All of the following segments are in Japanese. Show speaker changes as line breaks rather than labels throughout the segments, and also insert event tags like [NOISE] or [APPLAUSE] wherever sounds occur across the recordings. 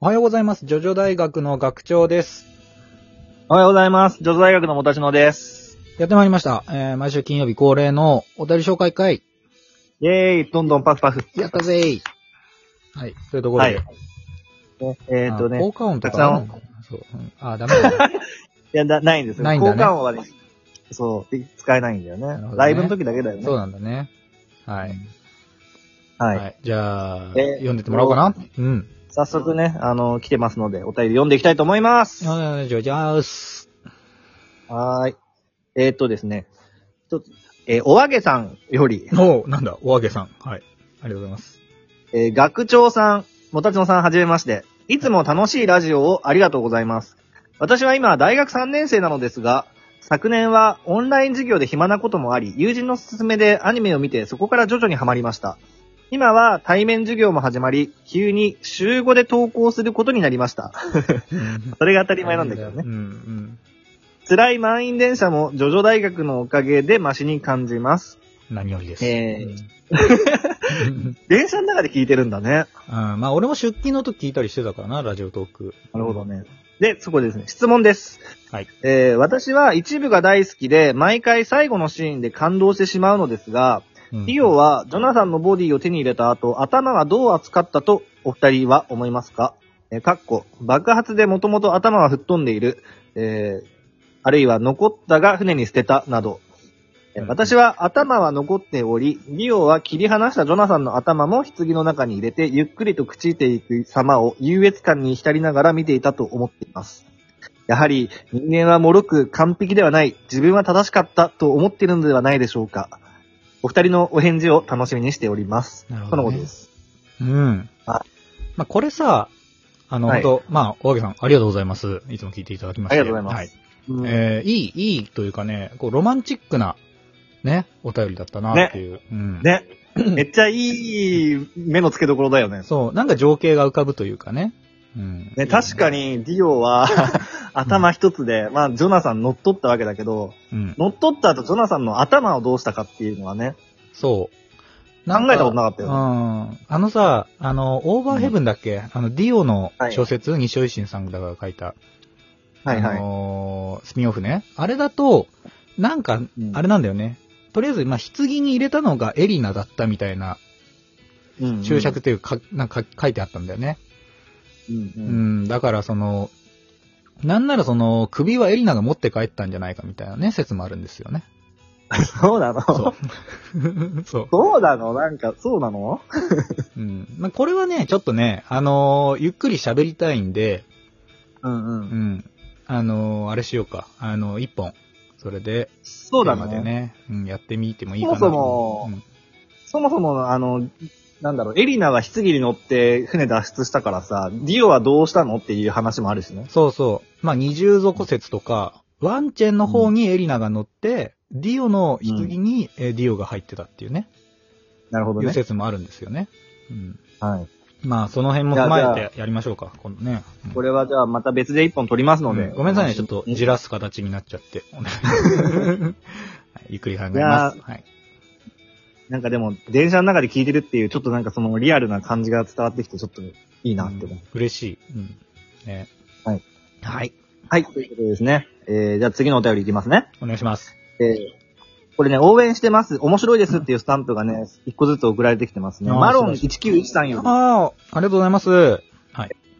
おはようございます。ジョジョ大学の学長です。
おはようございます。女子大学のもたちのです。
やってまいりました。えー、毎週金曜日恒例のお便り紹介会。
イェーイ、どんどんパフパフ。
やったぜーはい。というところ
は
で。
い。えっと
あ
ね、
効果音とかあるのかな。そう。うんあー、ダメだ。
[LAUGHS] いや、なないんですよ。
ないんだね
交換音はね、そう、で使えないんだよね
るほどね
ライブの時だけだよね。
そうなんだね。はい。
は、
はいい。じゃあ、
えー
読んでってもらおうかな。うん。
早速ね、あの、来てますので、お便り読んでいきたいと思います。は
あージョジャース。
ーい。えっとですね、一つ、えーおわげさんより、
おーなんだ、おあげさん。はい。ありがとうございます。
えー学長さん、もたちのさんはじめまして。いつも楽しいラジオをありがとうございます。私は今大学3年生なのですが、昨年はオンライン授業で暇なこともあり、友人の勧めでアニメを見てそこから徐々にハマりました。今は対面授業も始まり、急に週5で登校することになりました。
当
それが当たり前なんだけど
う
ね。
ん、うん。
辛い満員電車もジョジョ大学のおかげでマシに感じます。
何よりです。
え
うん [LAUGHS]
電車の中で聞いてるんだね。
うん、まあ俺も出勤の時聞いたりしてたからな、ラジオトーク。
なるほどね。で、そこでですね、質問です。
はい。
えー私は一部が大好きで、毎回最後のシーンで感動してしまうのですが、
うん。
リオはジョナサンのボディを手に入れた後、頭はどう扱ったとお二人は思いますかえーかっこ、爆発でもともと頭は吹っ飛んでいる、えーあるいは残ったが船に捨てたなど。
うん
えー私は頭は残っており、リオは切り離したジョナサンの頭も棺の中に入れて、ゆっくりと朽ちていく様を優越感に浸りながら見ていたと思っています。やはり人間は脆く完璧ではない、自分は正しかったと思っているのではないでしょうか。お二人のお返事を楽しみにしております。
なるほ
そ
どね
のことです。
うん。
は
まあ、これさ、あの、
はい
本当まあ、おあげさん、ありがとうございます。いつも聞いていただきまして。
ありがとうございますうん
はい。えーいい、いいというかね、こう、ロマンチックな、ね、お便りだったな、っていう。うん。
ね。 [LAUGHS] めっちゃいい目の付けどころだよね。
そう、なんか情景が浮かぶというかね。うん。
ね、確か
に。
にディオ
[LAUGHS]
は頭一つで、まあ、ジョナサン乗っ取ったわけだけど、
うん。
乗っ取った後、ジョナサンの頭をどうしたかっていうのはね、
そう。
考えたことなかった
う
よ
ん。
ね。
あのさ、あの、オーバーヘブンだっけ、あの、ディオの
はい
小説、西尾維新さんが書いた、
はい
あ
はい。
のースピンオフね。あれだと、なんか、
うん
あれなんだよね。とりあえず、まあ、棺に入れたのがエリナだったみたいな
うんうん
注釈というか、なんか書いてあったんだよね。
うんう
うん、
ん
だからその、なんならその、首はエリナが持って帰ったんじゃないかみたいなね、説もあるんですよ
[LAUGHS]
ね。
そうなの
そう
そ
そう。 [LAUGHS]
うなのなんか、そうなの
うん。まあ、これはね、ちょっとね、あのーゆっくり喋りたいんで、
うんう。
うんん。あのーあれしようか。あのー一本。それで、
そうだ
テーマで
ね。
ね、うん、やってみてもいいかなと
そ
思う。
もそもそもそも、あの、なんだろう、エリナは棺に乗って船脱出したからさ、ディオはどうしたのっていう話もあるしね。
そうそう。まあ、二重底説とか、ワンチェンの方にエリナが乗って、ディオの棺に、えーディオが入ってたっていうね、
なるほど
いう
ね。
説もあるんですよね。うん。
はい。
まあ、その辺も踏ま
いや
えてやりましょうか、今度ね。うん
これはじゃあまた別で一本取りますので。
うんごめんなさいね、ちょっとじ
ら。
らす形になっちゃ
[LAUGHS]
って。お願いしますはいゆっくり考えます。はい。
なんかでも、電車の中で聞いてるっていう、ちょっとなんかそのリアルな感じが伝わってきて、ちょっといいなって思う。
うん嬉しい。うん。ね
はい。
はい。
はい、ということでですね。えー、じゃあ次のお便りいきますね。
お願いします。
えー、これね、応援してます。面白いですっていうスタンプがね、一個ずつ送られてきてますね。
あー
マロン
素
1913より。
ああ、ありがとうございます。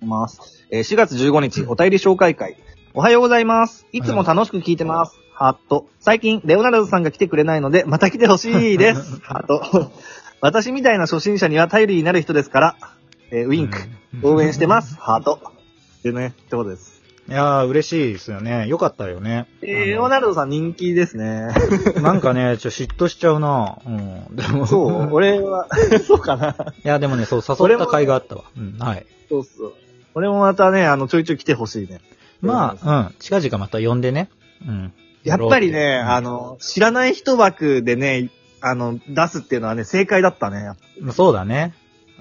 います。えー4月15日、お便り紹介会。おはようございます。いつも楽しく聞いてます。ハート。最近、レオナルドさんが来てくれないので、また来てほし
[LAUGHS]
いです。ハート。私みたいな初心者には頼りになる人ですから、えーウ
ウ
ィンク。応援して [LAUGHS] ます。ハート。でね、ってことです。
いやー、嬉しいですよね。よかったよね。
えーレオナルドさん人気ですね。
なんかね、ちょ、嫉妬しちゃうなうん。でも、
[LAUGHS] そう [LAUGHS] 俺は、そうかな。
いや、でもね、そう、誘った甲斐があったわ。うん、はい。
そうそう。俺もまたね、あの、ちょいちょい来てほしいね。
まあ、うん、近々また呼んでね。うん。
やっぱりね、
うん
あ、の、知らない人枠でね、あの、出すっていうのはね、正解だったね。
そうだね。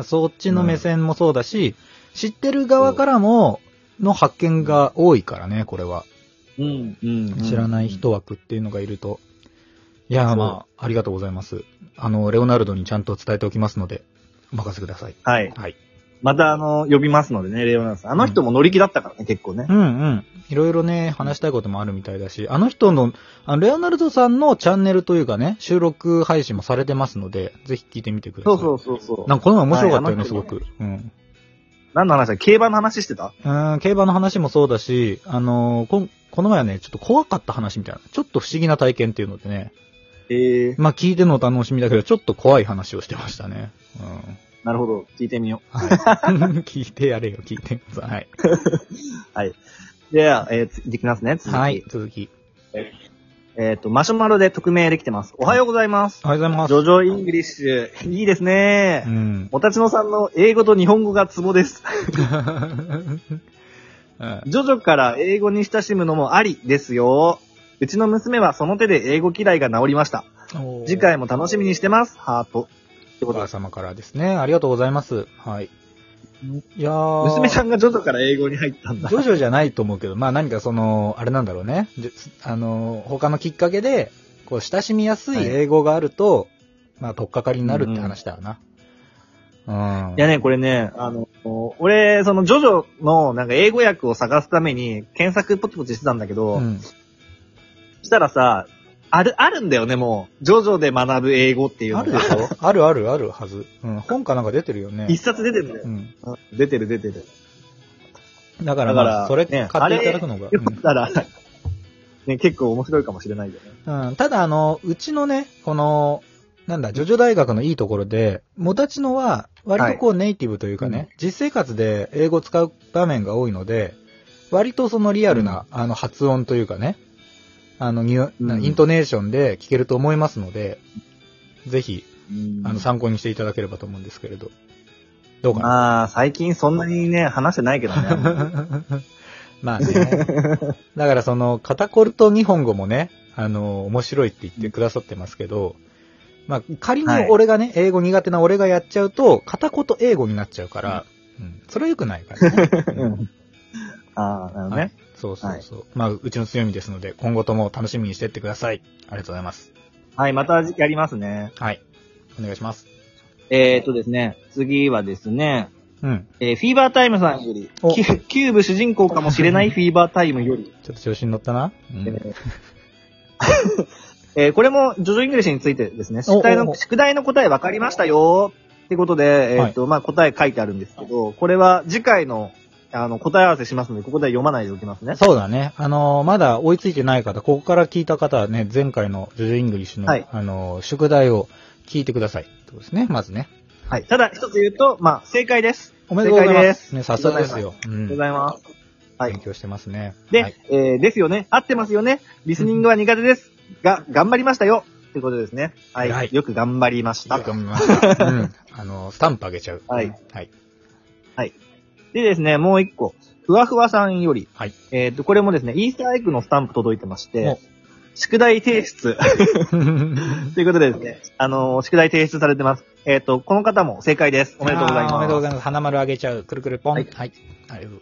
そっちの目線もそうだし、知ってる側からも、の発見が多いからね、これは。
うん。うん
知らない。人枠っていうのがいると。いやー、まあ、ありがとうございます。あの、レオナルドにちゃんと伝えておきますので、お任せください。
はい。
はい。
また、あの、呼びますのでね、レオナさん。あの人も乗り気だったからね、結構ね
う。んうん。いろいろね、話したいこともあるみたいだし、あの人の、あのレオナルドさんのチャンネルというかね、収録配信もされてますので、ぜひ聞いてみてください。
そうそうそうそう。
なんかこの前面白かったよね、
はい
すごく。うん。
何の話だ競馬の話してた
うーん、競馬の話もそうだし、あのーこん、この前はね、ちょっと怖かった話みたいな、ちょっと不思議な体験っていうのでね、
ええ
まあ聞いてのお楽しみだけど、ちょっと怖い話をしてましたね。うん。
なるほど。聞いてみよ
はい。聞いてやれよ、聞いてください。
う。では、えー、ついきますね。続き
はい、。続き。
えっ、と、マシュマロで匿名できてます。おはようございます。
おはようございま
ジ
す。
ョジョイングリッシュ。いいですね
う。ん。
おたちのさんの英語と日本語がツボです。
[LAUGHS] うん
ジョジョから英語に親しむのもありですよ。うちの娘はその手で英語嫌いが治りました。次回も楽しみにしてます。ハート。って
お
こと
母
です。
様からですね。ありがとうございます。はい。いやー
娘ちゃんがジョジョから英語に入ったんだ
ジ。ョジョじゃないと思うけど、まあ何かその、あれなんだろうね。じゅあの、他のきっかけで、こう、親しみやすい英語があると、まあ、とっかかりになるって話だよな。うん。
いやね、これね、あの、俺、そのジョジョのなんか英語訳を探すために検索ポチポチしてたんだけど、
うん、
したらさ、ある、あるんだよね、もう。ジョジョで学ぶ英語っていう
あ
の
るで
が。
しょ [LAUGHS] あるあるあるはず。うん。本かなんか出てるよ
一
ね。
冊出てるんだよ
う。ん。
出てる出てる。
だから、
だから
まあそれ買
ね
っていただくのが。
よかったら、ね、結構面白いかもしれないよね。
うん。うんただ、あの、うちのね、この、なんだ、ジョジョ大学のいいところで、モタチノは、割とこうネイティブというかね、
うん
実生活で英語を使う場面が多いので、割とそのリアルな、あの、発音というかね、あの、ニュな
うん
イントネーションで聞けると思いますので、ぜひ、あ
あ
の、参考にしていただければと思うんですけれど。どうかな
まあ、最近そんなにね、話してないけど [LAUGHS] ね。
[LAUGHS] まあね。だからその、片コルと日本語もね、あの、面白いって言ってくださってますけど、まあ、仮に俺がね、英語苦手な俺がやっちゃうと、片言英語になっちゃうから、うん、それは良くない [LAUGHS] からね。
うんああ、なるほど
は
ね
い。そうそうそう。まあ、うちの強みですので、今後とも楽しみにしてってください。ありがとうございます。
はい、またやりますね。
はい。お願いします。
えー、っとですね、次はですね、
うん。
えーフィーバータイムさんより、
お
キュキューブ主人公かもしれないフィーバータイムより、
ちょっと調子に乗ったな。うん
えーえーこれ [LAUGHS] も、ジョジョイングリッシュについてですね、
お
宿題
おお
の、宿題の答え分かりましたよってことで、えーっ、と、まあ、答え書いてあるんですけど、これは次回の、あの、答え合わせしますので、ここでは読まないでおきますね。
そうだね。あのーまだ追いついてない方、ここから聞いた方はね、前回のジョジョイングリッシュの、
はい
あのー宿題を聞いてください。そうですね、まずね。
はい。ただ、一つ言うと、まあ、正解です。
おめでとうござい
正解
ま。
ですす
ね、さすがですよ。う。
ありがとうんございます。はい
勉。強してますね。
で、
はい
えー、ですよね。合ってますよね。リスニングは苦手です。が、頑張りましたよ。ということですね。はい。
はい
よく頑張りました
よ。く見
[LAUGHS]
ました。うん。あのースタンプあげちゃう。
はい
うん。はい。
でですね、もう一個。ふわふわさんより。
はい
えっ、と、これもですね、イースターエッグのスタンプ届いてまして
お、
宿題提
[LAUGHS]
出。ということでですね、あのー宿題提出されてます。えっ、と、この方も正解です。 [LAUGHS] おめでとうござい
あーおめでとうござ
ます。
います。花丸あげちゃう。くるくるポン。は
はいい。
はい。ありがとう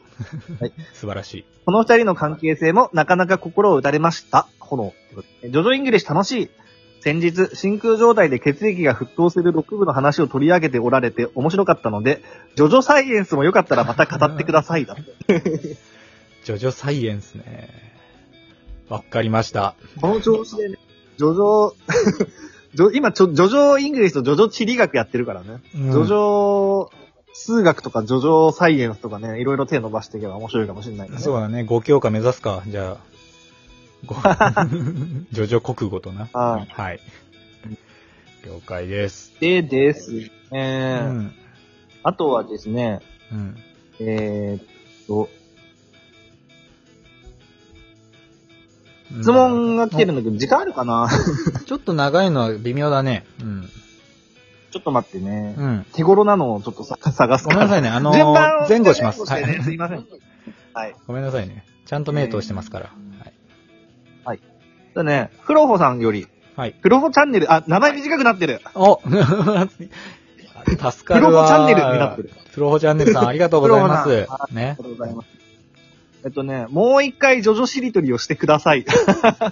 はい。
[LAUGHS] 素晴らしい。
この二人の関係性もなかなか心を打たれました。炎。ジョジョイングリッシュ楽しい。先日、真空状態で血液が沸騰する6部の話を取り上げておられて面白かったので、ジョジョサイエンスもよかったらまた語ってくださいだって。
ジョジョサイエンスね。わかりました。
この調子でね、ジョジョ、 [LAUGHS] ジョ今ちょ、ジョジョイングリッシュとジョジョ地理学やってるからね。
ジ
ジョジョ数学とかジョジョサイエンスとかね、いろいろ手伸ばしていけば面白いかもしれないね、
そうだね。5教科目指すか。じゃあ。
[LAUGHS]
ごジョジョ国語とな。
あ
はい。了解です。
でですね、
う
え
ん。
あとはですね、
うん。
えーっと、質問が来てるんだけど、時間あるかな [LAUGHS]
うんちょっと長いのは微妙だね。うん。
ちょっと待ってね。
うん。
手頃なのをちょっとさ探す
ごめ
か
んなさ
ら。
いね。あの
[LAUGHS] 順番を
ー、前後します。は
前
い。
後してねすいません。はい。
ごめんなさいね。ちゃんと名刀してますから。はい。
だね、フロホさんより、
はい。
フロホチャンネル、あ、名前短くなってる。
お助かるわ。
プロホチャンネルになってる。
プロホチャンネルさん、ありがとうございま
プロ
す
ホ。あ
ね
りが。とうございます。えっとね、もう一回ジョジョしりとりをしてください。 [LAUGHS]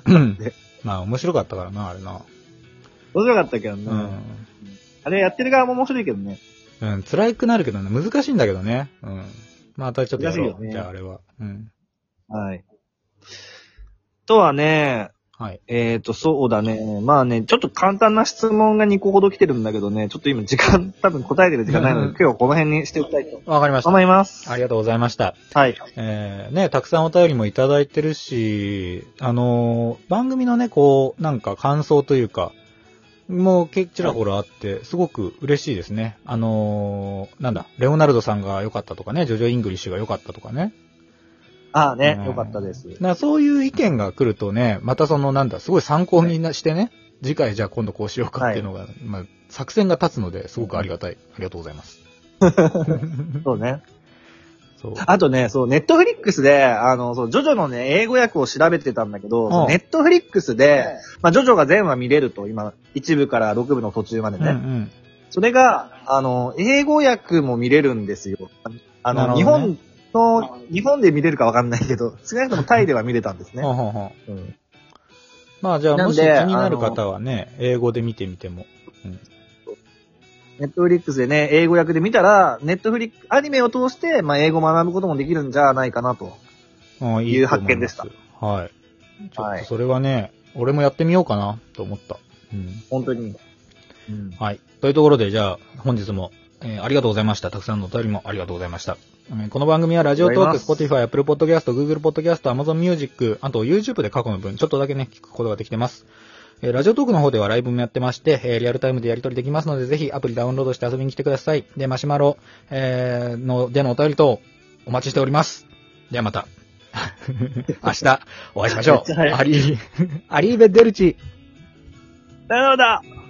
うんまあ、面白かったからな、あれな。
面白かったけどね。
うん。
あれやってる側も面白いけどね。
うん、辛くなるけどね、難しいんだけどね。うん。まあ、たちょっとやろ
難
う。
しいよね
じゃあ、あれは。うん。
はい。とはね、
はい。
えっ、と、そうだね。まあね、ちょっと簡単な質問が2個ほど来てるんだけどね、ちょっと今時間、 [LAUGHS] 多分答えてる時間ないの
うん
で、今日はこの辺にしておきたいと
わかりました。
思います。
ありがとうございました。
はい。
えー、ね、たくさんお便りもいただいてるし、あのー番組のね、こう、なんか感想というか、もうけ、ちらほらあって、すごく嬉しいですね。あのーなんだ、レオナルドさんが良かったとかね、ジョジョ・イングリッシュが良かったとかね。
ああね
うん、
よかったです。
なそういう意見が来るとね、またそのなんだ、すごい参考になしてね、次回じゃあ今度こうしようかっていうのが、まあ、作戦が立つのですごくありがたい。ありがとうござい
[LAUGHS]
ます。
そうね。
そう。
あとね、そう、ネットフリックスで、あの、そう、ジョジョのね、英語訳を調べてたんだけど、
うん
ネットフリックスで、まあ、ジョジョが全話見れると、今、1部から6部の途中まで
う
ね。
んうん。
それが、あの、英語訳も見れるんですよ。あ
なる
の、
ほ
日
どね
本の、日本で見れるかわかんないけど、少なくともタイでは見れたんです
ほ
ね。
うほうほう
うん
まあじゃあ
な
も
ん
し気
で
になる方はね、英語で見てみても。
ネットフリックスでね、英語訳で見たら、ネットフリック、アニメを通して、まあ、英語を学ぶこともできるんじゃないかなと。
うん、いい
いう
と思
発見
ま
でした
はい。ちょっ
は
と
い
それはね、俺もやってみようかなと思った。うん。
本当に。うん
はい。というところで、じゃあ、本日も、えーありがとうございました。たくさんのお便りもありがとうございました。えーこの番組は、ラジオトー
あ
ク、
りがとうござ
Spotify、Apple Podcast、Google Podcast、Amazon Music、あと YouTube で過去の分、ちょっとだけね、聞くことができてます。えーラジオトークの方ではライブもやってまして、えーリアルタイムでやり取りできますので、ぜひアプリダウンロードして遊びに来てください。で、マシュマロ、えーの、でのお便り等、お待ちしております。ではまた。 [LAUGHS] 明日、お会いしましょ
めっちゃ
う。
早い
アリー、アリーベ・デルチ。
なるほど